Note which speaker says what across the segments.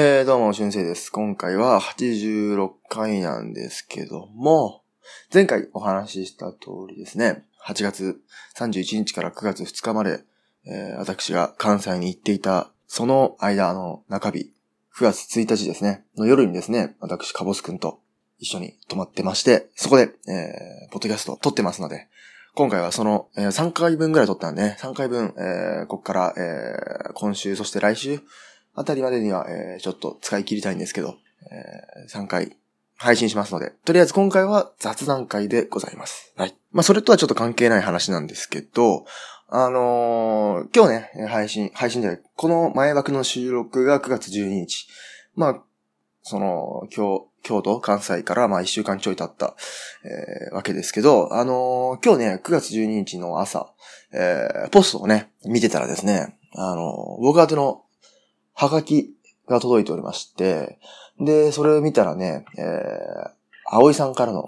Speaker 1: 野俊生です。今回は86回なんですけども、前回お話しした通りですね、8月31日から9月2日まで、えー私が関西に行っていた、その間の中日、9月1日ですね、の夜にですね、私、カボスくんと一緒に泊まってまして、そこで、えー、ポッドキャストを撮ってますので、今回はその、えー3回分ぐらい撮ったんでね、3回分、えーここから、えー今週、そして来週、あたりまでには、えーちょっと使い切りたいんですけど、え3回配信しますので、とりあえず今回は雑談会でございます。はい。まあ、それとはちょっと関係ない話なんですけど、あのー今日ね、えー配信、配信じゃない、この前枠の収録が9月12日。まあ、その、京、京都、関西から、まあ、1週間ちょい経った、えーわけですけど、あのー今日ね、9月12日の朝、えーポストをね、見てたらですね、あのー僕宛てのはがきが届いておりまして、で、それを見たらね、えー、葵さんからの、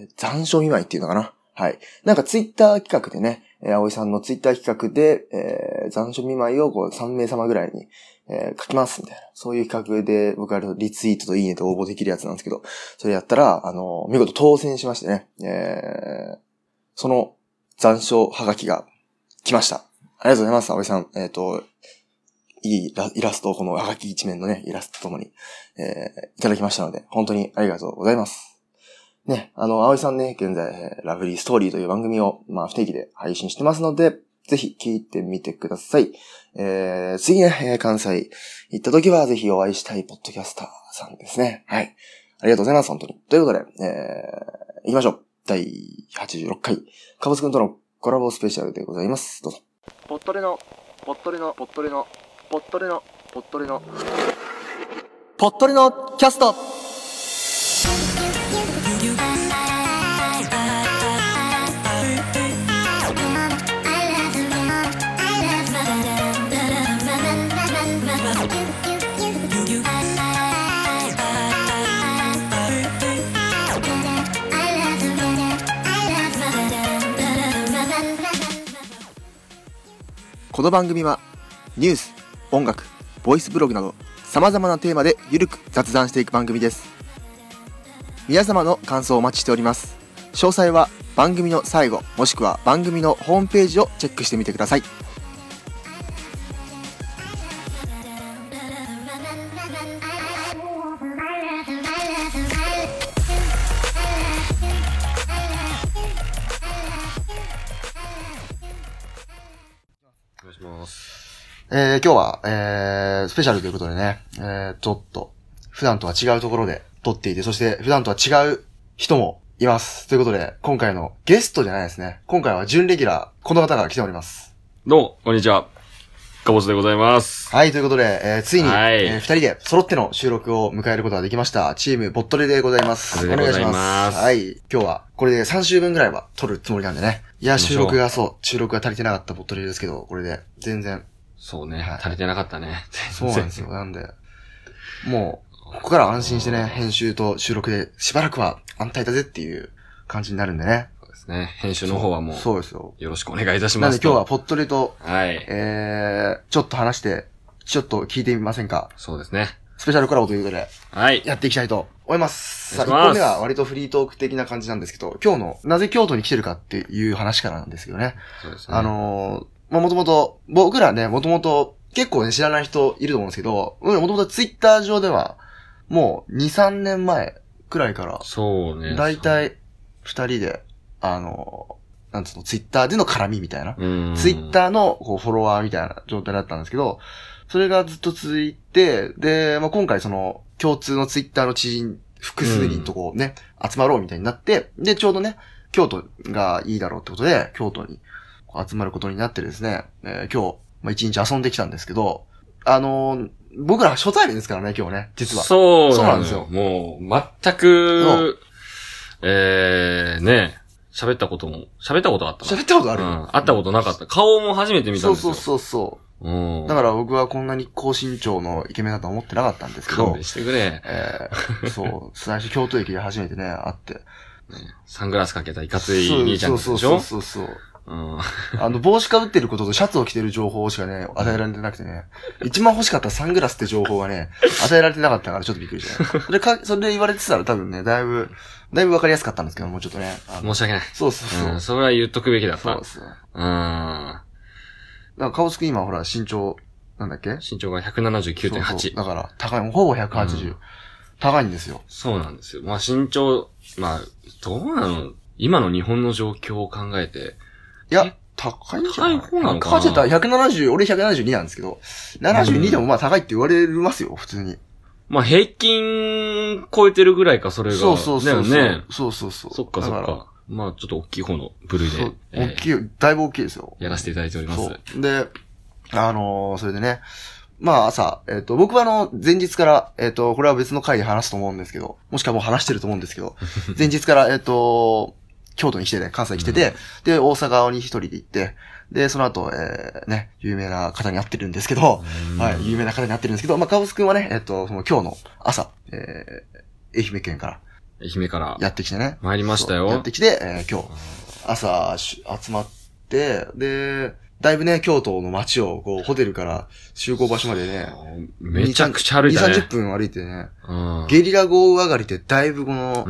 Speaker 1: えー残暑見舞いっていうのかな。はい。なんかツイッター企画でね、えー、葵さんのツイッター企画で、えー、残暑見舞いをこう3名様ぐらいに、えー書きますみたいな。そういう企画で僕はリツイートといいねと応募できるやつなんですけど、それやったら、あの、見事当選しましてね、えー、その残暑はがきが来ました。ありがとうございます、葵さん。えっ、と、いいイライラストをこのはがき一面のね、イラストともに、えーいただきましたので、本当にありがとうございます。ね、あの、葵さんね、現在、えーラブリーストーリーという番組を、まあ、不定期で配信してますので、ぜひ聞いてみてください。えー、次ね、えー関西行った時は、ぜひお会いしたいポッドキャスターさんですね。はい。ありがとうございます、本当に。ということで、えー、行きましょう。第86回、かぼすくんとのコラボスペシャルでございます。どうぞ。ポットレの、ポットレの、ポットレの、ポットレの、ポットレの、ポットレのキャストこの番組はニュース、音楽、ボイスブログなど様々なテーマでゆるく雑談していく番組です皆様の感想をお待ちしております詳細は番組の最後もしくは番組のホームページをチェックしてみてください
Speaker 2: お願いします。
Speaker 1: えー、今日は、えー、スペシャルということでね、えー、ちょっと、普段とは違うところで撮っていて、そして普段とは違う人もいます。ということで、今回のゲストじゃないですね。今回は準レギュラー、この方が来ております。
Speaker 2: どうも、こんにちは。かぼすでございます。
Speaker 1: はい、ということで、えー、ついに、
Speaker 2: はい
Speaker 1: えー二人で揃っての収録を迎えることができました。チームボットレでございます。
Speaker 2: ボットレでございます
Speaker 1: はい、今日は、これで3週分ぐらいは撮るつもりなんでね。いや、
Speaker 2: 行きま
Speaker 1: 収
Speaker 2: しょう
Speaker 1: 録がそう、収録が足りてなかったボットレですけど、これで、全然、
Speaker 2: そうね
Speaker 1: はい、
Speaker 2: 足りてなかったね。
Speaker 1: そうなんですよ。なんで、もう、ここから安心してね、編集と収録でしばらくは安泰だぜっていう感じになるんでね。
Speaker 2: そうですね。編集の方はもう、
Speaker 1: そうですよ。
Speaker 2: よろしくお願いいたし
Speaker 1: な
Speaker 2: ま
Speaker 1: ん
Speaker 2: す
Speaker 1: で今日は
Speaker 2: と。
Speaker 1: ポットレと、
Speaker 2: はい。
Speaker 1: えー、ちょっと話して、ちょっと聞いてみませんか。
Speaker 2: そうですね。
Speaker 1: スペシャルコラボということで、
Speaker 2: はい。
Speaker 1: やっていきたいと思います。さあ、
Speaker 2: お
Speaker 1: 1
Speaker 2: 願いします
Speaker 1: 本目は割とフリートーク的な感じなんですけど、今日の、なぜ京都に来てるかっていう話からなんですけどね。
Speaker 2: そうですね。
Speaker 1: あ、のー、まあ、もともと、僕らね、もともと、結構ね、知らない人いると思うんですけど、もともとツイッター上では、もう、2、3年前くらいから、
Speaker 2: そうね。
Speaker 1: だいたい、2人で、あのー、なんつうの、ツイッターでの絡みみたいな。
Speaker 2: そう、うん。
Speaker 1: ツイッ
Speaker 2: ー。
Speaker 1: ターのこうフォロワーみたいな状態だったんですけど、それがずっと続いて、で、まあ、今回その、共通のツイッターの知人、複数人とこうね、集まろうみたいになって、で、ちょうどね、京都がいいだろうってことで、京都にこう集まることになってですね、えー今日、まあ、一日遊んできたんですけど、あのー僕ら初対面ですからね、今日ね、実は。
Speaker 2: そう
Speaker 1: そう
Speaker 2: な
Speaker 1: なんん
Speaker 2: で
Speaker 1: ですす
Speaker 2: よ
Speaker 1: よ。
Speaker 2: もう、全
Speaker 1: そ
Speaker 2: く、えー、ね、喋ったことも、喋ったことあったな
Speaker 1: 喋ったことある、
Speaker 2: うん。会ったことなかった。顔も初めて見たん
Speaker 1: そう
Speaker 2: です
Speaker 1: そ
Speaker 2: よ。。
Speaker 1: うそうそう
Speaker 2: う
Speaker 1: う。
Speaker 2: ん。
Speaker 1: だから僕はこんなに高身長のイケメンだとは思ってなかったんですけど
Speaker 2: 勘、弁してくれ。
Speaker 1: えーそう、最初京都駅で初めてね、会って。
Speaker 2: サングラスかけたいかつい兄ちゃんでし
Speaker 1: そ
Speaker 2: ょ
Speaker 1: うそうそうそうそう。
Speaker 2: うん。
Speaker 1: あの、帽子かぶってることとシャツを着てる情報しかね、与えられてなくてね、一番欲しかったサングラスって情報がね、与えられてなかったからちょっとびっくりしたね。それか、それ言われてたら多分ね、だいぶ、だいぶわかりやすかったんですけど、もうちょっとね。あの
Speaker 2: 申し訳ない。
Speaker 1: そうそうそう。
Speaker 2: うん、それは言っとくべきだっ
Speaker 1: そ
Speaker 2: た。
Speaker 1: う
Speaker 2: う
Speaker 1: ですね。
Speaker 2: ん。
Speaker 1: なんか、顔つく今ほら、身長、なんだっけ
Speaker 2: 身長が
Speaker 1: そうそう
Speaker 2: 179.8。
Speaker 1: だから、高い、もうほぼ180。
Speaker 2: うん
Speaker 1: 高いんですよ。
Speaker 2: そうなんですよ。まあ身長、まあ、どうなの今の日本の状況を考えて、
Speaker 1: いや、高いんじゃない
Speaker 2: 高い方なのかな
Speaker 1: 勝てた170、俺172なんですけど、72でもまあ高いって言われますよ、普通に。
Speaker 2: まあ平均超えてるぐらいか、それが。
Speaker 1: そうそうそうそう。
Speaker 2: だよね。
Speaker 1: そうそうそう。
Speaker 2: そっかそっ
Speaker 1: だら
Speaker 2: か。まあちょっと大きい方の部類
Speaker 1: そ
Speaker 2: で
Speaker 1: う、
Speaker 2: え
Speaker 1: 大きい、だいぶ大きいですよ。
Speaker 2: ーやらせていただいております。
Speaker 1: そう。で、あのーそれでね、まあ朝、えっ、と、僕はあの、前日から、えっ、と、これは別の回で話すと思うんですけど、もしくはもう話してると思うんですけど、 前日から、えっ、と、京都に来てね、関西に来てて、で、大阪に一人で行って、で、その後、えー、ね、有名な方に会ってるんですけど、
Speaker 2: うん
Speaker 1: はい、有名な方に会ってるんですけど、まあ、カオスくんはね、えっ、と、その今日の朝、えー、愛媛県から
Speaker 2: 愛媛から
Speaker 1: やってきてね。
Speaker 2: 参りました
Speaker 1: そうや
Speaker 2: よ
Speaker 1: って。きて、えー今日、朝し集まって、で、だいぶね、京都の街を、こう、ホテルから集合場所までね、
Speaker 2: めちゃくちゃ歩いた
Speaker 1: 2、
Speaker 2: ね
Speaker 1: 30。分歩いてね、
Speaker 2: うん
Speaker 1: ゲリラ豪雨上がりってだいぶこ の、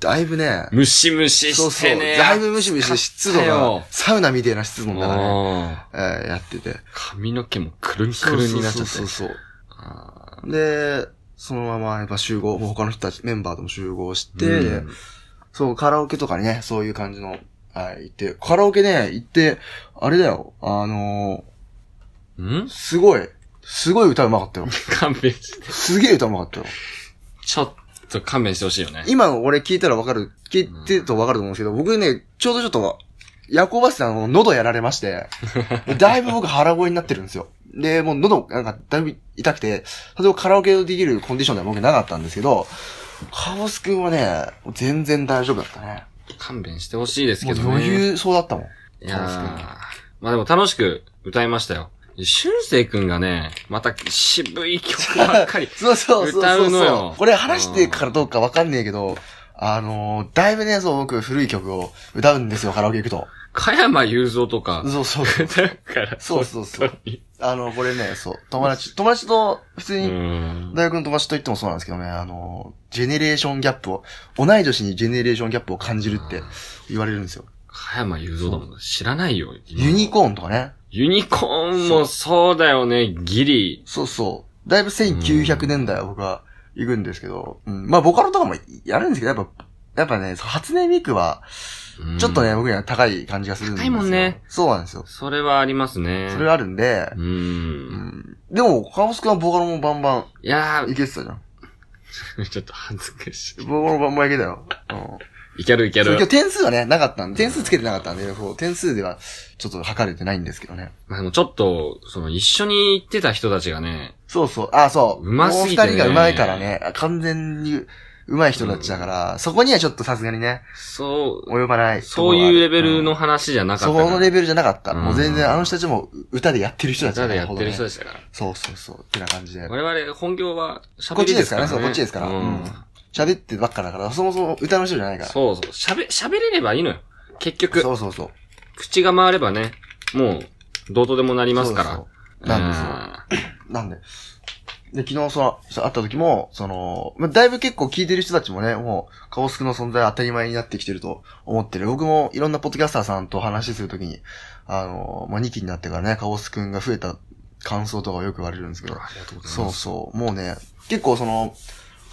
Speaker 1: だいぶね、
Speaker 2: ムシムシ
Speaker 1: そう
Speaker 2: し
Speaker 1: そう、
Speaker 2: てね。
Speaker 1: だいぶムシムシ湿度
Speaker 2: 暑かった
Speaker 1: が
Speaker 2: よ、
Speaker 1: サウナみたいな湿度の中ね、
Speaker 2: あー
Speaker 1: えーやってて。
Speaker 2: 髪の毛もくるんくるんになっちゃって。
Speaker 1: そうそうそうそう。
Speaker 2: あ
Speaker 1: で、そのままやっぱ集合、もう他の人たち、メンバーとも集合し
Speaker 2: ー
Speaker 1: て、
Speaker 2: うん
Speaker 1: そう、カラオケとかにね、そういう感じの、はい、行って、カラオケね、行って、あれだよ、あの
Speaker 2: ん
Speaker 1: ー、すごい、すごい歌うまかったよ。
Speaker 2: 勘弁して。
Speaker 1: すげえ歌うまかったよ。
Speaker 2: ちょっと勘弁してほしいよね。
Speaker 1: 今の俺聞いたらわかる、聞いてるとわかると思うんですけど、僕ね、ちょうどちょっと、夜行バスであの、喉やられま して、だいぶ僕腹声になってるんですよ。で、もう喉、なんか、だいぶ痛くて、例えばカラオケできるコンディションでは僕なかったんですけど、カボスくんはね、全然大丈夫だったね。
Speaker 2: 勘弁してほしいです
Speaker 1: も
Speaker 2: け
Speaker 1: う
Speaker 2: どね。
Speaker 1: 余裕そうだったもん。
Speaker 2: いや
Speaker 1: カボスくん。
Speaker 2: ーまあでも楽しく歌いましたよ。俊生くんがね、また渋い曲ばっかり
Speaker 1: そうそうそう
Speaker 2: 歌
Speaker 1: そう
Speaker 2: うの
Speaker 1: そう
Speaker 2: よ。
Speaker 1: これ話してからどうかわかんねえけど、あのー、だいぶね、そう僕古い曲を歌うんですよ、カラオケ行くと。
Speaker 2: 加山雄三とか。
Speaker 1: そうそうそう。
Speaker 2: だから。
Speaker 1: そうそうそう
Speaker 2: 本当に
Speaker 1: あの、これね、そう、友達、友達と、普通
Speaker 2: う
Speaker 1: に、
Speaker 2: ん。
Speaker 1: 大学の友達と言ってもそうなんですけどね、あのー、ジェネレーションギャップを、同い年にジェネレーションギャップを感じるって言われるんですよ。
Speaker 2: 加山雄三だもん。知らないよ。今
Speaker 1: ユニコーンとかね。
Speaker 2: ユニコーンもそうだよね、ギリ。
Speaker 1: そうそう。だいぶ1900年代は僕は行くんですけど、うん。まあ、ボカロとかもやるんですけど、やっぱ、やっぱね、そう初音ミクは、
Speaker 2: うん
Speaker 1: ちょっとね、。僕には高い感じがするんですよ。
Speaker 2: 高いもんね。
Speaker 1: そうなんですよ。
Speaker 2: それはありますね。
Speaker 1: それがあるんで、
Speaker 2: う。
Speaker 1: うんん。でも、カオスくんはボカロもバンバ
Speaker 2: いや
Speaker 1: ンいけてたじゃん。
Speaker 2: ー、 ちょっと恥ずかし
Speaker 1: ボカロバンバンいけたよ。うん。
Speaker 2: い。いけるいけ
Speaker 1: そう
Speaker 2: る
Speaker 1: 今日。点数はね、なかったんで、点数つけてなかったんで、そう点数ではちょっと測れてないんですけどね。
Speaker 2: まあでもちょっと、その一緒に行ってた人たちがね、
Speaker 1: そうそう。あ、そう。
Speaker 2: うますぎて
Speaker 1: もう
Speaker 2: ね
Speaker 1: 二人が上手いからね、あ完全に上手い人たちだから、そこにはちょっとさすがにね、
Speaker 2: そう、
Speaker 1: 及ばないところ
Speaker 2: そう
Speaker 1: はある。
Speaker 2: いうレベルの
Speaker 1: うん
Speaker 2: 話じゃなか
Speaker 1: そ
Speaker 2: った
Speaker 1: このレ
Speaker 2: ベ
Speaker 1: ベルじゃなかった。
Speaker 2: うん
Speaker 1: もう全然、あの人たちも歌でやってる人たちだか
Speaker 2: で
Speaker 1: ら
Speaker 2: やってる人
Speaker 1: ほどね
Speaker 2: でしたから。
Speaker 1: そうそうそう。ってな感じで。
Speaker 2: 我々本業は
Speaker 1: こ
Speaker 2: 喋
Speaker 1: っち
Speaker 2: り
Speaker 1: で
Speaker 2: ですす
Speaker 1: か
Speaker 2: からら
Speaker 1: ね、
Speaker 2: ね。
Speaker 1: そう、こっちですから。
Speaker 2: う
Speaker 1: うん
Speaker 2: ん。
Speaker 1: 喋ってばっかだから、そもそも歌の人じゃないから。
Speaker 2: そうそう。喋、喋れればいいのよ。結局、
Speaker 1: そうそうそう。
Speaker 2: 口が回ればね、もう、どうとでもなりますから。
Speaker 1: そうそうなんですよ。
Speaker 2: で
Speaker 1: なんで。で、昨日、その、そう会った時も、その、まあ、だいぶ結構聞いてる人たちもね、もう、カオスクの存在当たり前になってきてると思ってる。僕もいろんなポッドキャスターさんと話するときに、あの、まあ、2期になってからね、カオスくんが増えた感想とかをよく言われるんですけど、
Speaker 2: ありがとうござい
Speaker 1: そ
Speaker 2: ま
Speaker 1: う
Speaker 2: す。
Speaker 1: そう。もうね、結構その、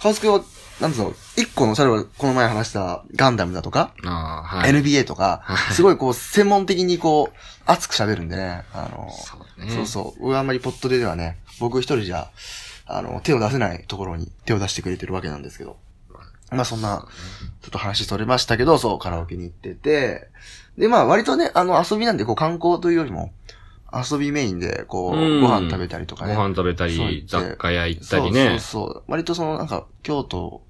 Speaker 1: カオスくんは、なんつうの、一個の、例えばこの前話したガンダムだとか、
Speaker 2: ああ、はい。
Speaker 1: NBA とか、
Speaker 2: はい
Speaker 1: すごいこう、専門的にこう、熱く喋るんでね、あの、
Speaker 2: そうだね。
Speaker 1: そうそう、俺あんまりポットでではね、僕一人じゃ、あの、手を出せないところに手を出してくれてるわけなんですけど。まあそんな、ちょっと話取れましたけど、そう、カラオケに行ってて、で、まあ割とね、あの、遊びなんで、こう、観光というよりも、遊びメインで、こう、
Speaker 2: うん
Speaker 1: ご飯食べたりとか
Speaker 2: ご
Speaker 1: ね。
Speaker 2: 飯食べた
Speaker 1: そう言っ
Speaker 2: り
Speaker 1: て、
Speaker 2: 雑貨屋行っ
Speaker 1: そ
Speaker 2: た
Speaker 1: う
Speaker 2: りね。
Speaker 1: そうそう。割とその、なんか、京都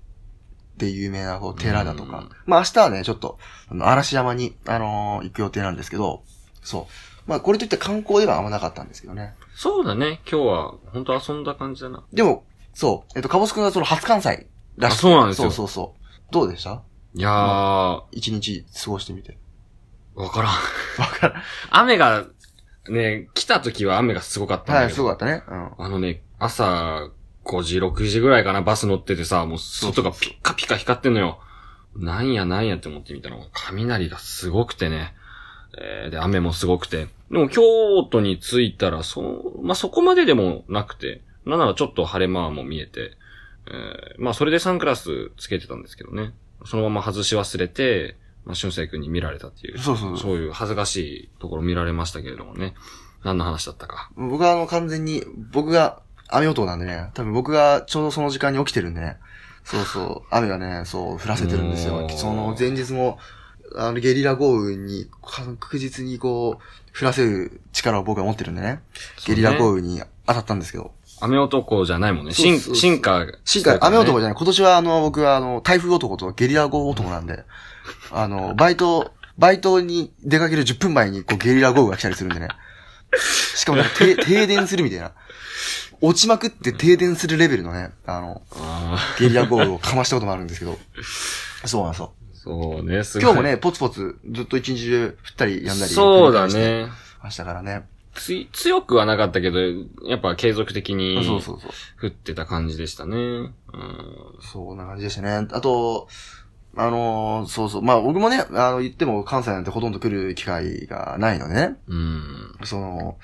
Speaker 1: で有名なこう寺だとか。
Speaker 2: うん
Speaker 1: まあ明日はね、ちょっと、あの嵐山に、あのー行く予定なんですけど、そう。まあこれといって観光ではあんまなかったんですけどね。
Speaker 2: そうだね。今日は、本当遊んだ感じだな。
Speaker 1: でも、そう。えっと、かぼすくんがその初関西らしくて
Speaker 2: あそうなんですよ
Speaker 1: そうそうそう。どうでした
Speaker 2: いやー、
Speaker 1: 一日過ごしてみて。
Speaker 2: わからん。
Speaker 1: わから
Speaker 2: 雨が、ね、来た時は雨がすごかったん
Speaker 1: は
Speaker 2: だ
Speaker 1: い、
Speaker 2: け
Speaker 1: す
Speaker 2: ど。
Speaker 1: ごかったね。うん。
Speaker 2: あのね、朝5時、6時ぐらいかな、バス乗っててさ、もう外がピッカピカ光ってんのよ。なんやなんやって思ってみたら、雷がすごくてね。えーで、雨もすごくて。でも、京都に着いたら、その、まあ、そこまででもなくて、なんならちょっと晴れ間も見えて、えーまあ、それでサングラスつけてたんですけどね。そのまま外し忘れて、まあ、俊生君に見られたっていう、
Speaker 1: そうそうそう。
Speaker 2: そういう恥ずかしいところ見られましたけれどもね。何の話だったか。
Speaker 1: 僕はあの完全に、僕が雨男なんでね、多分僕がちょうどその時間に起きてるんでね、そうそう、雨がね、そう、降らせてるんです
Speaker 2: お
Speaker 1: よ。
Speaker 2: ー
Speaker 1: その前日も、あのゲリラ豪雨に確実にこう、降らせる力を僕は持ってるんでね、ゲリラ豪雨に当たったんですけど、
Speaker 2: 雨男じゃないもんね。
Speaker 1: そう
Speaker 2: 進
Speaker 1: そう
Speaker 2: 進化、
Speaker 1: しっかり雨男
Speaker 2: じ
Speaker 1: じゃない、今年はあの僕はあの台風男とゲリラ豪雨男なんで、あの、バイト、バイトに出かける10分前にこうゲリラ豪雨が来たりするんでね。しかも なんか停停電するみたいな。落ちまくって停電するレベルのね、あの、
Speaker 2: ゃあ
Speaker 1: ゲリラ豪雨をかましたこともあるんですけど。そうなんですよ。
Speaker 2: ーそうね、すごい。
Speaker 1: 今日もね、ポツポツずっと一日中降ったりやんだり。
Speaker 2: そうだ。ね。
Speaker 1: 明日からね。
Speaker 2: つい、強くはなかったけど、やっぱ継続的に
Speaker 1: そうそうそう。
Speaker 2: 降ってた感じでしたね。うん。
Speaker 1: そうこんな感じでしたね。あと、あのーそうそう。まあ、僕もね、あの、言っても関西なんてほとんど来る機会がないのでね。
Speaker 2: うん。
Speaker 1: その、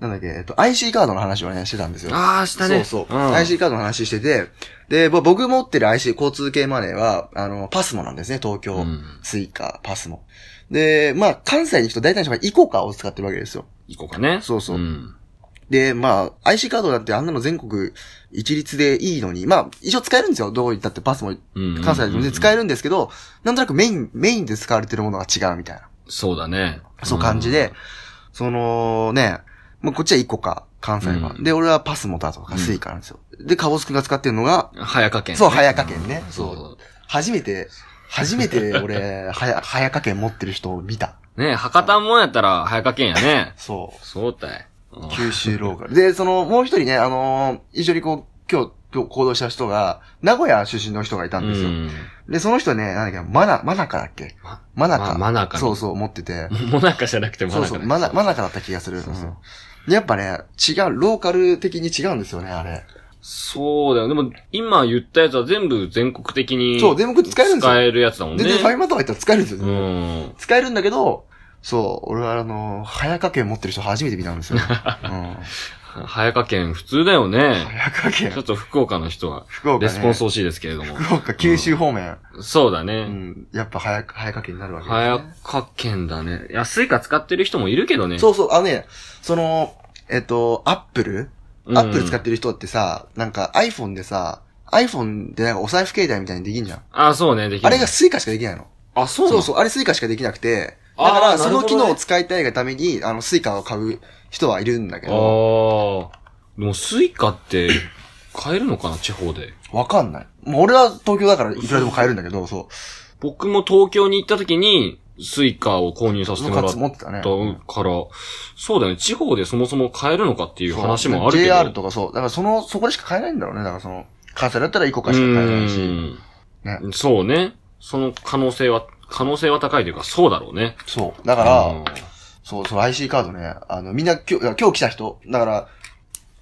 Speaker 1: なんだっけ、えっと、IC カードの話をね、してたんですよ。
Speaker 2: ああ、したね。
Speaker 1: そうそう、
Speaker 2: ん、
Speaker 1: IC カードの話してて、で、ぼ僕持ってる IC、交通系マネーは、あの、パスモなんですね、東京。
Speaker 2: うん。
Speaker 1: スイカ、パスモ。で、まあ、関西に行くと大体の人がイコカを使ってるわけですよ。
Speaker 2: 行こうかね。。
Speaker 1: そうそうんで、まあ、IC カードだってあんなの全国一律でいいのに、まあ、一応使えるんですよ。どこ行ったってパスモ、
Speaker 2: うん
Speaker 1: 関西で全然使え
Speaker 2: る。
Speaker 1: るんですけど、なんとなくメイン、メインで使われてるものが違うみたいな。
Speaker 2: そうだね。
Speaker 1: そう感じで、そのね、まあ、こっちは1個か、関西は。
Speaker 2: うん
Speaker 1: で、俺はパスモだと
Speaker 2: う
Speaker 1: か、
Speaker 2: ん
Speaker 1: スイカなんですよ。で、カボス君が使ってるのが、
Speaker 2: うん。早かけん。
Speaker 1: そう、早か券ね。
Speaker 2: そう
Speaker 1: そう。
Speaker 2: そ
Speaker 1: 初めて、初めて 俺、早、早か券持ってる人を見た。。
Speaker 2: う。ね博多もんやったら早かけんやね
Speaker 1: そ
Speaker 2: そうたい。う
Speaker 1: う。
Speaker 2: ん
Speaker 1: 九州ローカル。で、その、もう一人ね、あのー一緒にこう、今日、今日行動した人が、名古屋出身の人がいたんですよ。
Speaker 2: うん
Speaker 1: で、その人ね、なんだっけ、マナ、マナカだっけ
Speaker 2: ま
Speaker 1: マナ
Speaker 2: ま
Speaker 1: カ。
Speaker 2: あマナカ
Speaker 1: そうそう、持ってて。
Speaker 2: もなかじゃなくても
Speaker 1: そう
Speaker 2: な
Speaker 1: そう、
Speaker 2: か
Speaker 1: マナ、マ
Speaker 2: な。
Speaker 1: ナカだった気がする。
Speaker 2: そうそう
Speaker 1: うんやっぱね、違う、ローカル的に違うんですよね、あれ。
Speaker 2: そうだよ。でも、今言ったやつは全部全国的に。
Speaker 1: そう、全部使えるんですよ。
Speaker 2: 使えるやつだもんね。
Speaker 1: 全然ファイマとか行ったら使えるんですよ。
Speaker 2: うん。
Speaker 1: 使えるんだけど、そう、俺はあの、早掛け持ってる人初めて見たん ですよ。うん、早
Speaker 2: 早川県普通だよね。
Speaker 1: 掛け
Speaker 2: ちょっと福岡の人は、
Speaker 1: 福岡、ね。
Speaker 2: レスポンス欲しいですけれども。
Speaker 1: 福岡、九州方面。
Speaker 2: そうだ
Speaker 1: うん、
Speaker 2: ね。
Speaker 1: やっぱ早、早掛けになるわけです、ね。
Speaker 2: 早川県だね。安いか使ってる人もいるけどね。
Speaker 1: そうそう、あのね、その、えっと、アップル
Speaker 2: うん。
Speaker 1: アップル使ってる人ってさ、なんか iPhone でさ、iPhone でなんかお財布携帯みたいにできんじゃん。
Speaker 2: あ、そうね、できる。
Speaker 1: あれが、スイカしかできないの。
Speaker 2: あ、そうな
Speaker 1: そ
Speaker 2: の
Speaker 1: うそう、あれスイカしかできなくて、だ
Speaker 2: あー
Speaker 1: から
Speaker 2: な
Speaker 1: そ
Speaker 2: る
Speaker 1: の
Speaker 2: ほどね
Speaker 1: 機能を使いたいがために、あの、スイカを買う人はいるんだけど、
Speaker 2: ああ。でも、スイカって、買えるのかな、地方で。
Speaker 1: わかんない。もう俺は東京だからいくらでも買えるんだけど、そう。
Speaker 2: 僕も東京に行った時に、スイカを購入させてもらっ
Speaker 1: 持ってたね。
Speaker 2: だから、そうだよね、地方でそもそも買えるのかっていう話もあるけど。
Speaker 1: JR とかそう。だからその、そこでしか買えないんだろうね。だからその、関西だったら1個かしか買えないし。
Speaker 2: うーんそうね。その可能性は、可能性は高いというか、そうだろうね。
Speaker 1: そう。だか
Speaker 2: うん
Speaker 1: ら、そう、その IC カードね。あの、みんな今日、いや今日来た人。だから、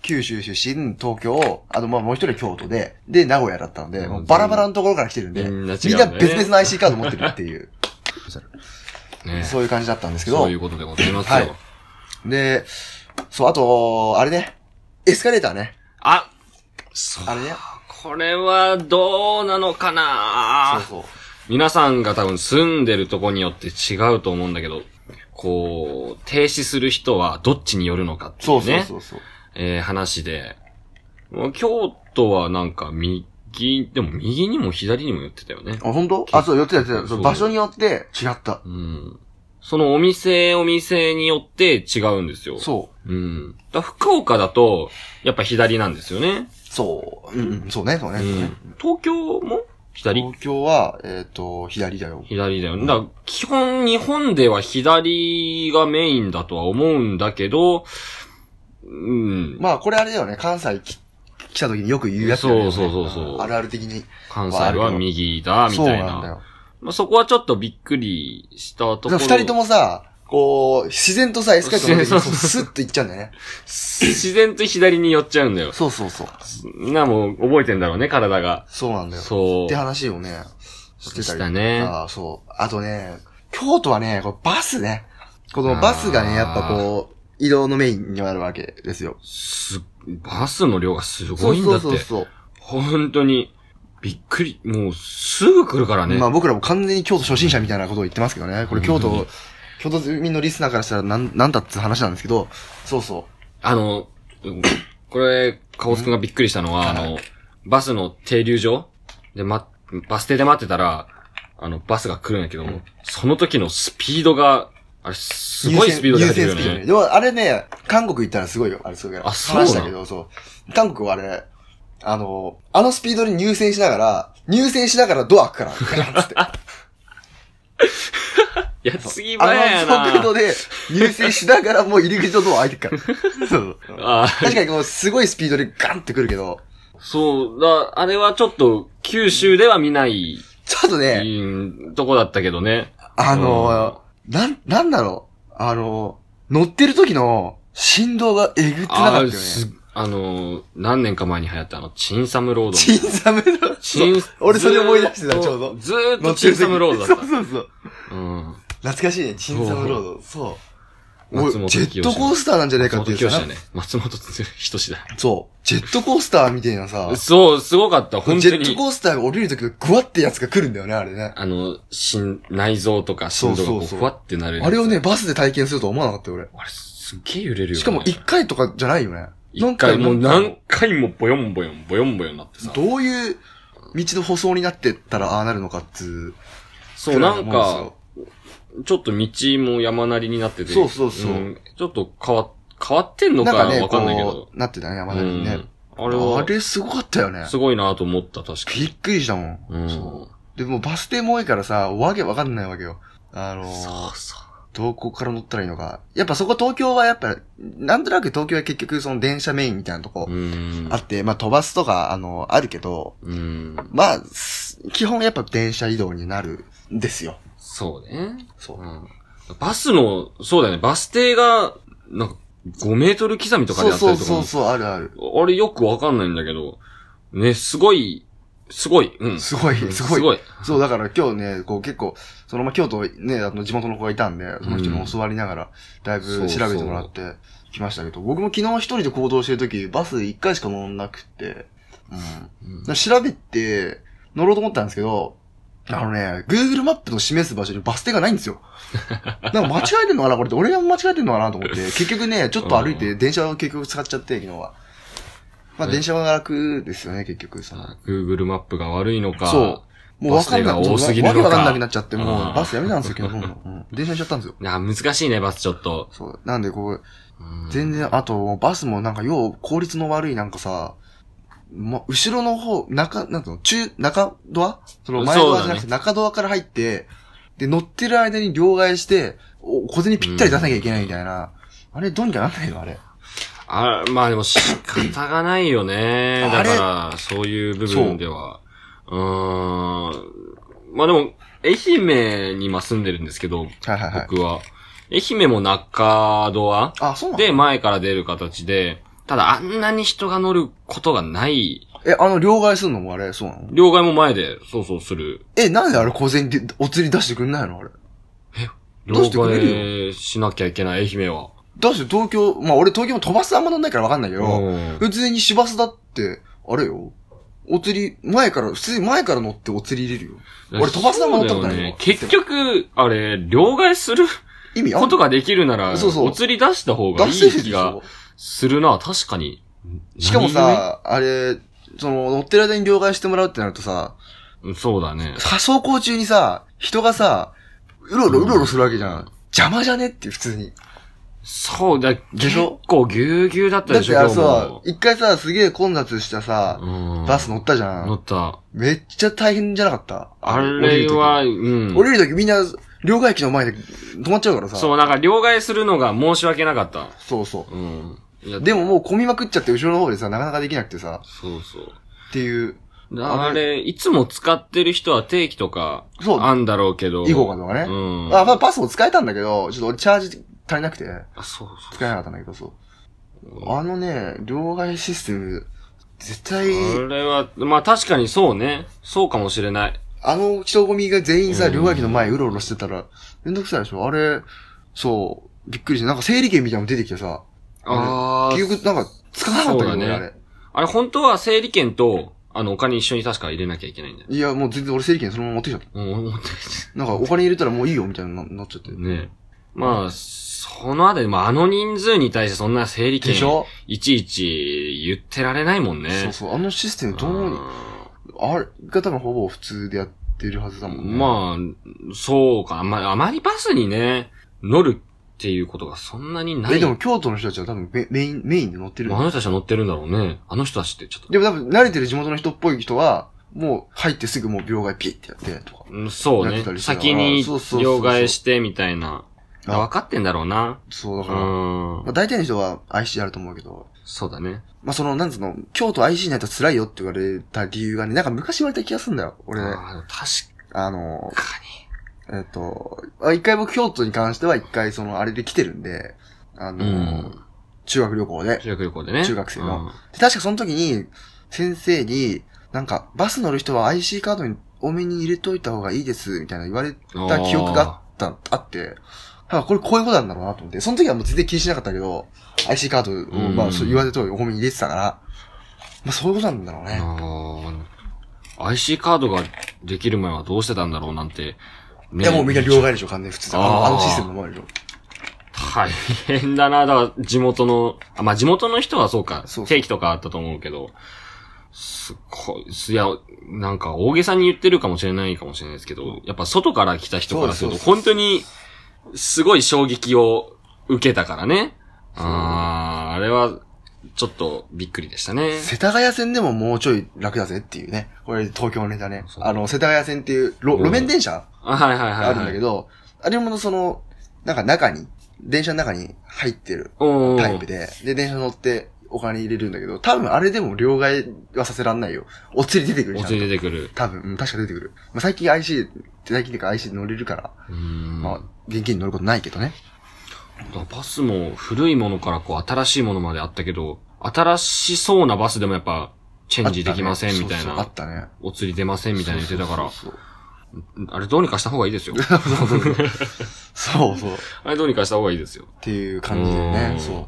Speaker 1: 九州出身、東京、あとまあもう一人京都で、で、名古屋だったので、
Speaker 2: うん
Speaker 1: もうバラバラのところから来てるんで、
Speaker 2: みんな違うね
Speaker 1: みんな別々の IC カード持ってるっていう、
Speaker 2: ね
Speaker 1: そういう感じだったんですけ
Speaker 2: そ
Speaker 1: ど
Speaker 2: うい、うことでございますよ。
Speaker 1: はいで、そう、あと、あれね、エスカレーターね。
Speaker 2: あそう
Speaker 1: あれね。
Speaker 2: これはどうなのかな
Speaker 1: そうそう。
Speaker 2: 皆さんが多分住んでるとこによって違うと思うんだけど、こう、停止する人はどっちによるのかっていう
Speaker 1: そ
Speaker 2: ね。
Speaker 1: うそうそうそう。
Speaker 2: えー話で、まあ京都はなんか右、でも右にも左にも寄ってたよね。
Speaker 1: あ、本当？あ、そう、寄ってた、寄ってた。
Speaker 2: そ
Speaker 1: そうう場所によって違った。
Speaker 2: うん。そのお店、お店によって違うんですよ。。
Speaker 1: そう
Speaker 2: うん。だ福岡だと、やっぱ左なんですよね。
Speaker 1: う。そう。うん、うん、そうね、そう
Speaker 2: う
Speaker 1: ね。そうね
Speaker 2: ん。東京も左
Speaker 1: 東京は、えっ、と、左だよ。
Speaker 2: 左だよね。だから基本日本では左がメインだとは思うんだけど、うん。
Speaker 1: まあ、これあれだよね、関西き来た時によく言うやつだよね。
Speaker 2: そうそうそうそう
Speaker 1: あるある的に。
Speaker 2: 関西は右だ、みたい
Speaker 1: そうなんだ
Speaker 2: な。
Speaker 1: よ。
Speaker 2: まあ、そこはちょっとびっくりしたところ。
Speaker 1: 二人ともさ、こう、自然とさ、エスカレート乗って
Speaker 2: そうそう
Speaker 1: スッと行っちゃうんだよね。
Speaker 2: 自然と左に寄っちゃうんだよ。
Speaker 1: そうそうそう。
Speaker 2: な、もう覚えてんだろうね、体が。
Speaker 1: そうなんだよ。
Speaker 2: そう。
Speaker 1: って話をね、してた
Speaker 2: し
Speaker 1: り
Speaker 2: たね。
Speaker 1: ああ、そう。あとね、京都はね、これバスね。このバスがね、
Speaker 2: あー
Speaker 1: やっぱこう、移動のメインになるわけですよ。
Speaker 2: す、バスの量がすごいんだって。
Speaker 1: そうそうそう
Speaker 2: 本当に、びっくり、もうすぐ来るから
Speaker 1: そう、
Speaker 2: ね。
Speaker 1: まあ僕らも完全に京都初心者みたいなことを言ってますけどね。これ京
Speaker 2: 本
Speaker 1: 都、京都住民のリスナーからしたらなん、なんだって話なんですけど、そうそ
Speaker 2: あの、うんこれ、カオスくんがびっくりしたのは、あ
Speaker 1: はい
Speaker 2: の、バスの停留所で、ま、バス停で待ってたら、あの、バスが来るんやけど、
Speaker 1: ん
Speaker 2: その時のスピードが、あれ、
Speaker 1: う。
Speaker 2: すごいスピードで
Speaker 1: 優
Speaker 2: 出て
Speaker 1: 先
Speaker 2: る
Speaker 1: 優先
Speaker 2: よ
Speaker 1: スピード
Speaker 2: ね。
Speaker 1: でもあれね、韓国行ったらすごいよ。あれすごいから。
Speaker 2: あそうなの
Speaker 1: 話したけど、そう。韓国はあれ、あの、あのスピードに入線しながら、入線しながらドア開くから、ガランっつって。
Speaker 2: いや、次
Speaker 1: あ
Speaker 2: 前や
Speaker 1: の
Speaker 2: な。
Speaker 1: 速度で入水しながらもう入り口のドア開いて るから。そう
Speaker 2: あー
Speaker 1: 確かにこうすごいスピードでガンってくるけど、
Speaker 2: そう、だ、あれはちょっと、九州では見ない、
Speaker 1: ちょっとね、
Speaker 2: うんとこだったけどね。
Speaker 1: あのー、なん、なんだろう、あのー、乗ってる時の振動がえぐってなかった
Speaker 2: あ
Speaker 1: よね。
Speaker 2: ーすあのー、何年か前に流行ったあの、チンサムロード。
Speaker 1: 小さめの、
Speaker 2: チン
Speaker 1: 俺それ思い出してた
Speaker 2: ずーっと
Speaker 1: ちょうど
Speaker 2: ずーっ
Speaker 1: 乗
Speaker 2: と
Speaker 1: っ
Speaker 2: チ
Speaker 1: て
Speaker 2: ン
Speaker 1: る時
Speaker 2: サムロードだっ
Speaker 1: そうそうそう。
Speaker 2: た。うん。
Speaker 1: 懐かしいね、チンサムロード。そう。俺
Speaker 2: 松本
Speaker 1: ジェットコー
Speaker 2: ス
Speaker 1: スターなんじゃないかっていう
Speaker 2: 松本
Speaker 1: さ
Speaker 2: 清だ、ね。松本人志だ。
Speaker 1: そう。ジェットコースターみたいなさ、
Speaker 2: そう、すごかった、本
Speaker 1: ジ
Speaker 2: 当
Speaker 1: ェット
Speaker 2: に。
Speaker 1: コースターが降りる時のグワってやつが来るんだよね、あれね。
Speaker 2: あの、心、内臓とか心臓が
Speaker 1: そ
Speaker 2: こ
Speaker 1: うそう
Speaker 2: う、
Speaker 1: そう
Speaker 2: ふわってなるやつ。
Speaker 1: あれをね、バスで体験するとは思わなかったよ、俺。
Speaker 2: あれ、すっげえ揺れるよね。
Speaker 1: しかも一回とかじゃないよね。
Speaker 2: 一回もう何
Speaker 1: も
Speaker 2: 回もボヨンボヨン、ボヨンボヨンなってさ。
Speaker 1: どういう道の舗装になってったらああなるのかっつう。
Speaker 2: そう、なんか、、ちょっと道も山なりになってて。
Speaker 1: そうそうそうん
Speaker 2: ちょっと変わ、変わってんの
Speaker 1: な
Speaker 2: か
Speaker 1: んかね、
Speaker 2: わかんないけ
Speaker 1: こ
Speaker 2: ど。
Speaker 1: う、なってたね、
Speaker 2: う
Speaker 1: 山田に
Speaker 2: ん
Speaker 1: ね。
Speaker 2: あ
Speaker 1: あ
Speaker 2: れ
Speaker 1: れ
Speaker 2: は、
Speaker 1: すごかったよね。
Speaker 2: すごいなと思った、確か
Speaker 1: びっくりしたもん。
Speaker 2: に。うん。
Speaker 1: そで、もうバス停も多いからさ、わけわかんないわけよ。あのー、
Speaker 2: そうそう。
Speaker 1: どこから乗ったらいいのか。やっぱそこ東京はやっぱ、なんとなく東京は結局その電車メインみたいなとこ
Speaker 2: うん
Speaker 1: あって、まあ飛ばすとか、あのあるけど、
Speaker 2: うん。
Speaker 1: まあ、す基本やっぱ電車移動になるんですよ。
Speaker 2: そうね。
Speaker 1: そうう。
Speaker 2: ん。バスの、そうだよね、バス停が、なんか、5メートル刻みとかで
Speaker 1: そう
Speaker 2: やっ
Speaker 1: そう
Speaker 2: てるとか
Speaker 1: そう
Speaker 2: も。
Speaker 1: そう、あるある。
Speaker 2: あれよくわかんないんだけど、ね、すごい、すごい、うん。
Speaker 1: すごい、
Speaker 2: うん
Speaker 1: すごい。
Speaker 2: すごい。
Speaker 1: そう、だから今日ね、こう結構、そのまあ、京都ね、あの地元の子がいたんで、その人に教わりながら、だいぶ調べてもらってきましたけど、僕も昨日一人で行動してる時、バス一回しか乗んなくて、うん。
Speaker 2: うん
Speaker 1: だから調べて、乗ろうと思ったんですけど、あのね、Google マップの示す場所にバス停がないんです よ。なんか間違えてんのかなこれって俺が間違えてんのかなと思って、結局ね、ちょっと歩いて電車を結局使っちゃって、昨日は。まあ
Speaker 2: ね
Speaker 1: 電車は楽ですよね、結局。その
Speaker 2: あ Google マップが悪いのか。
Speaker 1: そうもうわかんない。
Speaker 2: バス停が多すぎる
Speaker 1: わ
Speaker 2: の
Speaker 1: けわ
Speaker 2: か
Speaker 1: かんなくなっちゃって、も
Speaker 2: あ
Speaker 1: う
Speaker 2: ー
Speaker 1: バスやめたんですよ、昨日。もううん電車にしちゃったんですよ。
Speaker 2: いや、難しいね、バスちょっと。
Speaker 1: そう。なんでこう、
Speaker 2: うん
Speaker 1: 全然、あと、バスもなんか、よう、効率の悪いなんかさ、ま、後ろの方、中、なんていうの、中、中ドアその前ドアじゃなく
Speaker 2: そうだ
Speaker 1: て
Speaker 2: ね
Speaker 1: 中ドアから入って、で、乗ってる間に両替して、お小銭ぴったり出さなきゃいけないみたいな。あれ、どうにかなんないのあれ。
Speaker 2: あまあでも仕方がないよね。
Speaker 1: あ
Speaker 2: だ
Speaker 1: れ
Speaker 2: から、そういう部分では。うーん。まあでも、愛媛に今住んでるんですけど、
Speaker 1: はいはいはい。
Speaker 2: 僕は。愛媛も中ドア
Speaker 1: あ、そうなの
Speaker 2: で前から出る形で、ただあんなに人が乗ることがない。
Speaker 1: え、あの、両替するのもあれ、そうなの
Speaker 2: 両替も前で、そうそうする。
Speaker 1: え、なんであれ小銭で、お釣り出してくんないのあれ。
Speaker 2: 両
Speaker 1: どうしてくれるよ
Speaker 2: 替しなきゃいけない、愛媛は。
Speaker 1: 出して東京、まあ俺東京も飛ばすあんま乗んないからわかんないけど、
Speaker 2: うん
Speaker 1: 普通に市バスだって、あれよ。お釣り、前から、普通に前から乗ってお釣り入れるよ。俺飛ばすのも乗ったことないよ
Speaker 2: そうだよね結局、あれ、両替する
Speaker 1: 意味あん
Speaker 2: ことができるなら、
Speaker 1: そうそう
Speaker 2: お釣り出した方がい
Speaker 1: 出
Speaker 2: い
Speaker 1: してるで
Speaker 2: 気
Speaker 1: し
Speaker 2: が
Speaker 1: ょ
Speaker 2: するな、確かに。
Speaker 1: しかもさ、あれ、その、乗ってる間に両替してもらうってなるとさ、
Speaker 2: 何故に、そうだね。
Speaker 1: さ走行中にさ、人がさ、うろうろうろうろするわけじゃん。邪魔じゃねって、普通に。
Speaker 2: そうだ、
Speaker 1: でしょ
Speaker 2: 結構ぎゅうぎゅうだった
Speaker 1: だ
Speaker 2: で
Speaker 1: っ
Speaker 2: しょ、
Speaker 1: てあれ
Speaker 2: 今日
Speaker 1: さ
Speaker 2: も、。
Speaker 1: 一回さ、すげえ混雑したさ、
Speaker 2: うん
Speaker 1: バス乗ったじゃ
Speaker 2: 乗
Speaker 1: ん。
Speaker 2: った。
Speaker 1: めっちゃ大変じゃなかった。
Speaker 2: あれは、うん。
Speaker 1: 降りるとき。降りるときみんな、両替機の前で止まっちゃうからさ。
Speaker 2: そう、なんか両替するのが申し訳なかった。
Speaker 1: そうそう。
Speaker 2: うん。いや、
Speaker 1: でももう混みまくっちゃって後ろの方でさ、なかなかできなくてさ、
Speaker 2: そうそう。
Speaker 1: っていう。
Speaker 2: で
Speaker 1: あれ
Speaker 2: あれ、いつも使ってる人は定期とか、
Speaker 1: そう
Speaker 2: あんだろうけど。
Speaker 1: 囲碁かとかね。
Speaker 2: うん。
Speaker 1: あ、まあ、パスも使えたんだけど、ちょっと俺チャージ足りなくて、
Speaker 2: あ、そうそう。
Speaker 1: 使えなかったんだけど、そう。
Speaker 2: こ
Speaker 1: あのね、両替システム、絶対、
Speaker 2: れは、まあ確かにそうね。そうかもしれない。
Speaker 1: あの人混みが全員さ、
Speaker 2: うん
Speaker 1: 両替機の前うろうろしてたら、めんどくさいでしょあれ、そう、びっくりして、なんか整理券みたいなの出てきてさ、
Speaker 2: あー
Speaker 1: 結局なんか、使わなかったけ
Speaker 2: そ
Speaker 1: ど
Speaker 2: うだ
Speaker 1: ね、
Speaker 2: ね
Speaker 1: あれ。
Speaker 2: あれ本当は整理券と、あの、お金一緒に確か入れなきゃいけないんだよ。
Speaker 1: いや、もう全然俺整理券そのまま持ってきちゃった。
Speaker 2: うん、思って
Speaker 1: なんかお金入れたらもういいよみたいにななっちゃって。
Speaker 2: ねまあ、そのあたり、まああの人数に対してそんな整理券
Speaker 1: でしょ、
Speaker 2: いちいち言ってられないもんね。
Speaker 1: そうそう、あのシステムどうに、あれが多分ほぼ普通でやってるはずだもんね。あ。
Speaker 2: まあ、そうか。まあ、あまりバスにね、乗るっていうことがそんなにない。
Speaker 1: え、でも京都の人たちは多分メメイン、メインで乗ってる
Speaker 2: まあ。あの人たちは乗ってるんだろうね。あの人たちってちょっと。
Speaker 1: でも多分慣れてる地元の人っぽい人は、もう入ってすぐもう秒替ピッてやってとか。
Speaker 2: うんそう
Speaker 1: やっ
Speaker 2: ね
Speaker 1: てたり。したら
Speaker 2: 先に
Speaker 1: そうそうそうそう
Speaker 2: 両替してみたいな。
Speaker 1: あ
Speaker 2: 分かってんだろうな。
Speaker 1: そう、だ
Speaker 2: う
Speaker 1: から、ま
Speaker 2: ん
Speaker 1: あ、。大体の人は IC あると思うけど、
Speaker 2: そうだね。
Speaker 1: まあその、なんつうの、京都 IC ないと辛いよって言われた理由がね、なんか昔言われた気がするんだよ。俺ね、
Speaker 2: あー確
Speaker 1: あの、
Speaker 2: か
Speaker 1: えっ、と、あ一回僕京都に関しては一回その、あれで来てるんで、あ
Speaker 2: に。う
Speaker 1: の、
Speaker 2: ん。
Speaker 1: 中学旅行で。
Speaker 2: 修学旅行でね。
Speaker 1: 中学生の
Speaker 2: うん。
Speaker 1: で確かその時に、先生に、なんか、バス乗る人は IC カードに多めに入れといた方がいいです、みたいな言われた記憶があった、あって、あ、これこういうことなんだろうなと思って、その時はもう全然気にしなかったけど、IC カードを、
Speaker 2: うん
Speaker 1: まあ、そう言われた通り多めに入れてたから、まあそういうことなんだろうね。
Speaker 2: あー IC カードができる前はどうしてたんだろうなんて。
Speaker 1: い
Speaker 2: ね
Speaker 1: や、もうみんな両替でしょ、完全に普通だあのあ
Speaker 2: あー
Speaker 1: のシステムの前でしょ。
Speaker 2: 大変だな。だから、地元の、あ、まあ、地元の人はそうか、
Speaker 1: そうそう
Speaker 2: 定期とかあったと思うけど、すっごい、すいや、なんか大げさに言ってるかもしれないかもしれないですけど、やっぱ外から来た人からする
Speaker 1: そう
Speaker 2: と、
Speaker 1: ですそう
Speaker 2: 本当に、すごい衝撃を受けたからね。
Speaker 1: そう
Speaker 2: ああ、あれは、ちょっとびっくりでしたね。
Speaker 1: 世田谷線でももうちょい楽だぜっていうね。これ東京のネタね。
Speaker 2: そう
Speaker 1: あの、世田谷線っていう路
Speaker 2: うん
Speaker 1: 路面電車
Speaker 2: あはいはいはい、はい。
Speaker 1: あるんだけど、あれもその、なんか中に、電車の中に入ってる
Speaker 2: うん
Speaker 1: タイプで、で、電車乗ってお金入れるんだけど、多分あれでも両替はさせらんないよ。お釣り出てくる
Speaker 2: お
Speaker 1: じゃ
Speaker 2: 釣り
Speaker 1: ん。
Speaker 2: 出てくる。
Speaker 1: 多分、うん、確か出てくる。まあ、最近 IC、最近っていうか IC で乗れるから、
Speaker 2: うーん
Speaker 1: まあ、現金に乗ることないけどね。
Speaker 2: バスも古いものからこう新しいものまであったけど、新しそうなバスでもやっぱチェンジできませんみたい
Speaker 1: あっ
Speaker 2: な、
Speaker 1: たね。
Speaker 2: お釣り出ませんみたいな言ってたから、
Speaker 1: そうそう
Speaker 2: あれどうにかした方がい いですよ。
Speaker 1: そうそうそうそう。っ
Speaker 2: あれどうにかした方がいいですよ。
Speaker 1: ていう感じでね
Speaker 2: う、ん
Speaker 1: そう。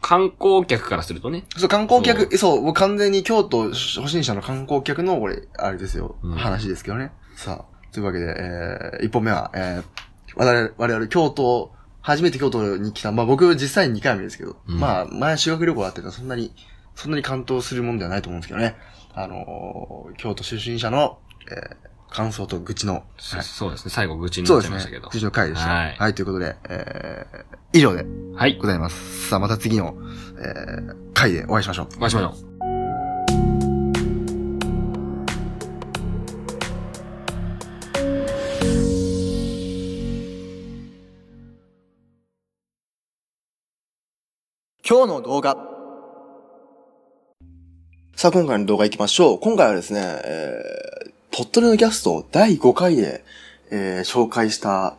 Speaker 2: 観光客からするとね。
Speaker 1: そう、観光
Speaker 2: そ
Speaker 1: 客、そう、もう完全に京都初心者の観光客の、これ、あれですよ、
Speaker 2: うん
Speaker 1: 話ですけどね。さあ、というわけで、えー、一本目は、えー、我々、我々京都、初めて京都に来た、まあ僕実際に2回目ですけど、
Speaker 2: うん
Speaker 1: まあ前修学旅行だったけど、そんなに、そんなに関東するもんではないと思うんですけどね。あのー、京都初心者の、えー、感想と愚痴の、
Speaker 2: そ
Speaker 1: は
Speaker 2: そうですね。最後愚痴
Speaker 1: い、
Speaker 2: に
Speaker 1: そ
Speaker 2: な
Speaker 1: う
Speaker 2: っち
Speaker 1: で
Speaker 2: ゃい
Speaker 1: す
Speaker 2: ま
Speaker 1: ね
Speaker 2: したけど。。
Speaker 1: 愚痴の回でした。は
Speaker 2: はいい、
Speaker 1: ということで、えー、以上で
Speaker 2: はい。
Speaker 1: ございます。さあまた次の、えー、回でお会いしましょう。
Speaker 2: お会いしましょう。
Speaker 1: 今日の動画。さあ、今回の動画行きましょう。今回はですね、えー、鳥取のキャスト第5回で、えー紹介した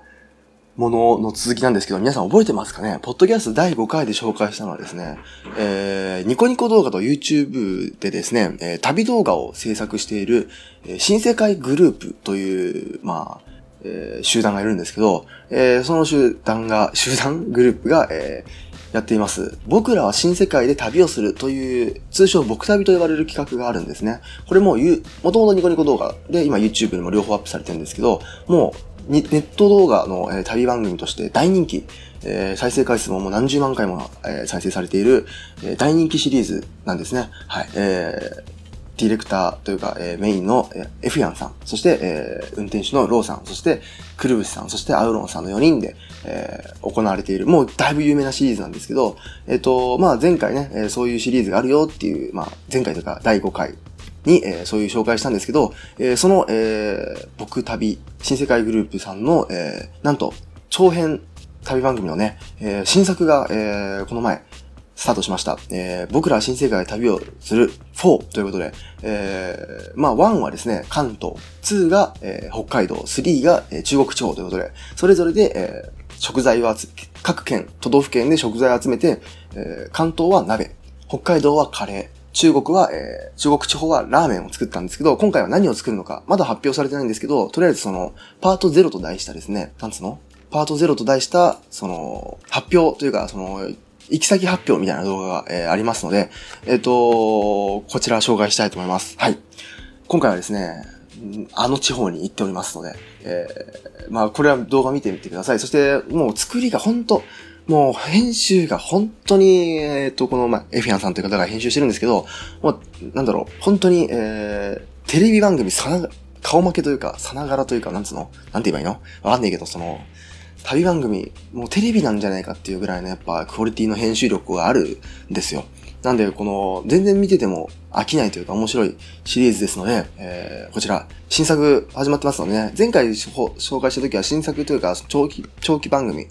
Speaker 1: ものの続きなんですけど、皆さん覚えてますかねポッドキャスト第5回で紹介したのはですね、えーニコニコ動画と YouTube でですね、えー旅動画を制作している、えー新世界グループという、まあ、えー集団がいるんですけど、えーその集団が、集団グループが、えーやっています。僕らは新世界で旅をするという、通称僕旅と呼ばれる企画があるんですね。これもうゆ、もともとニコニコ動画で、今 YouTube にも両方アップされてるんですけど、もうに、ネット動画の、えー旅番組として大人気、えー再生回数ももう何十万回も、えー再生されている、えー大人気シリーズなんですね。はい。えーディレクターというか、えーメインの、えーエフヤンさん、そして、えー運転手のローさん、そして、くるぶしさん、そしてアウロンさんの4人で、えー行われている、もうだいぶ有名なシリーズなんですけど、えっ、と、まあ前回ね、えーそういうシリーズがあるよっていう、まあ前回というか第5回に、えーそういう紹介したんですけど、えーその、えー僕旅、新世界グループさんの、えーなんと、長編旅番組のね、えー新作が、えーこの前、スタートしました。えー僕らは新世界へ旅をする4ということで、えーまあ1はですね、関東、2が、えー北海道、3が、えー中国地方ということで、それぞれで、えー食材を集め各県、都道府県で食材を集めて、えー関東は鍋、北海道はカレー、中国は、えー中国地方はラーメンを作ったんですけど、今回は何を作るのか、まだ発表されてないんですけど、とりあえずその、パート0と題したですね、なんつうのパート0と題した、その、発表というか、その、行き先発表みたいな動画が、えーありますので、えっ、とこちら紹介したいと思います。はい。今回はですね、んあの地方に行っておりますので、えーまあ、これは動画見てみてください。そして、もう作りが本当もう編集が本当に、えっ、と、この、まあ、エフィアンさんという方が編集してるんですけど、もう、なんだろう、本当に、えー、テレビ番組さなが、顔負けというか、さながらというか、なんつうのなんて言えばいいのわかんないけど、その、旅番組、もうテレビなんじゃないかっていうぐらいのやっぱクオリティの編集力があるんですよ。なんで、この、全然見てても飽きないというか面白いシリーズですので、えー、こちら、新作始まってますのでね、前回ほ紹介した時は新作というか、長期、長期番組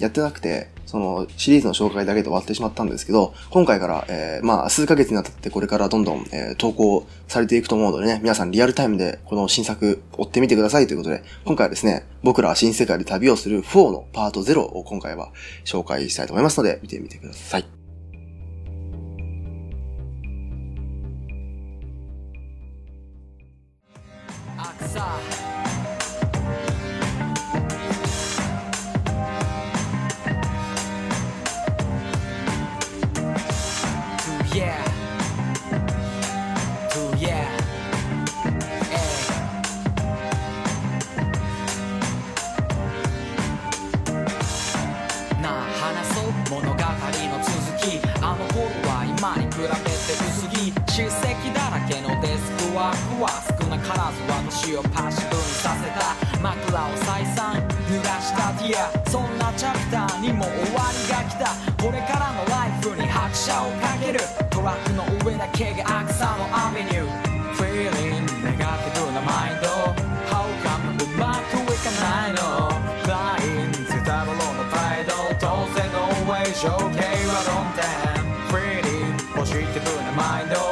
Speaker 1: やってなくて、その、シリーズの紹介だけで終わってしまったんですけど、今回から、えー、まあ、数ヶ月になってこれからどんどん、えー投稿されていくと思うのでね、皆さんリアルタイムでこの新作追ってみてくださいということで、今回はですね、僕らは新世界で旅をする4のパート0を今回は紹介したいと思いますので、見てみてください。
Speaker 3: なあ話そう物語の続きあの頃は今に比べて薄着叱責だらけのデスクワークは少なからず私をパッシブにさせた枕を再三濡らしたティアそんなチャプターにも終わりが来たこれからのライフに拍車をかけるトラックの上だけが草のアベニュー Feeling ネガティブなマインド How come うまくいかないの Flying ゼタロロのプライド当然の way 情景は論点 Feeling ポジティブなマインド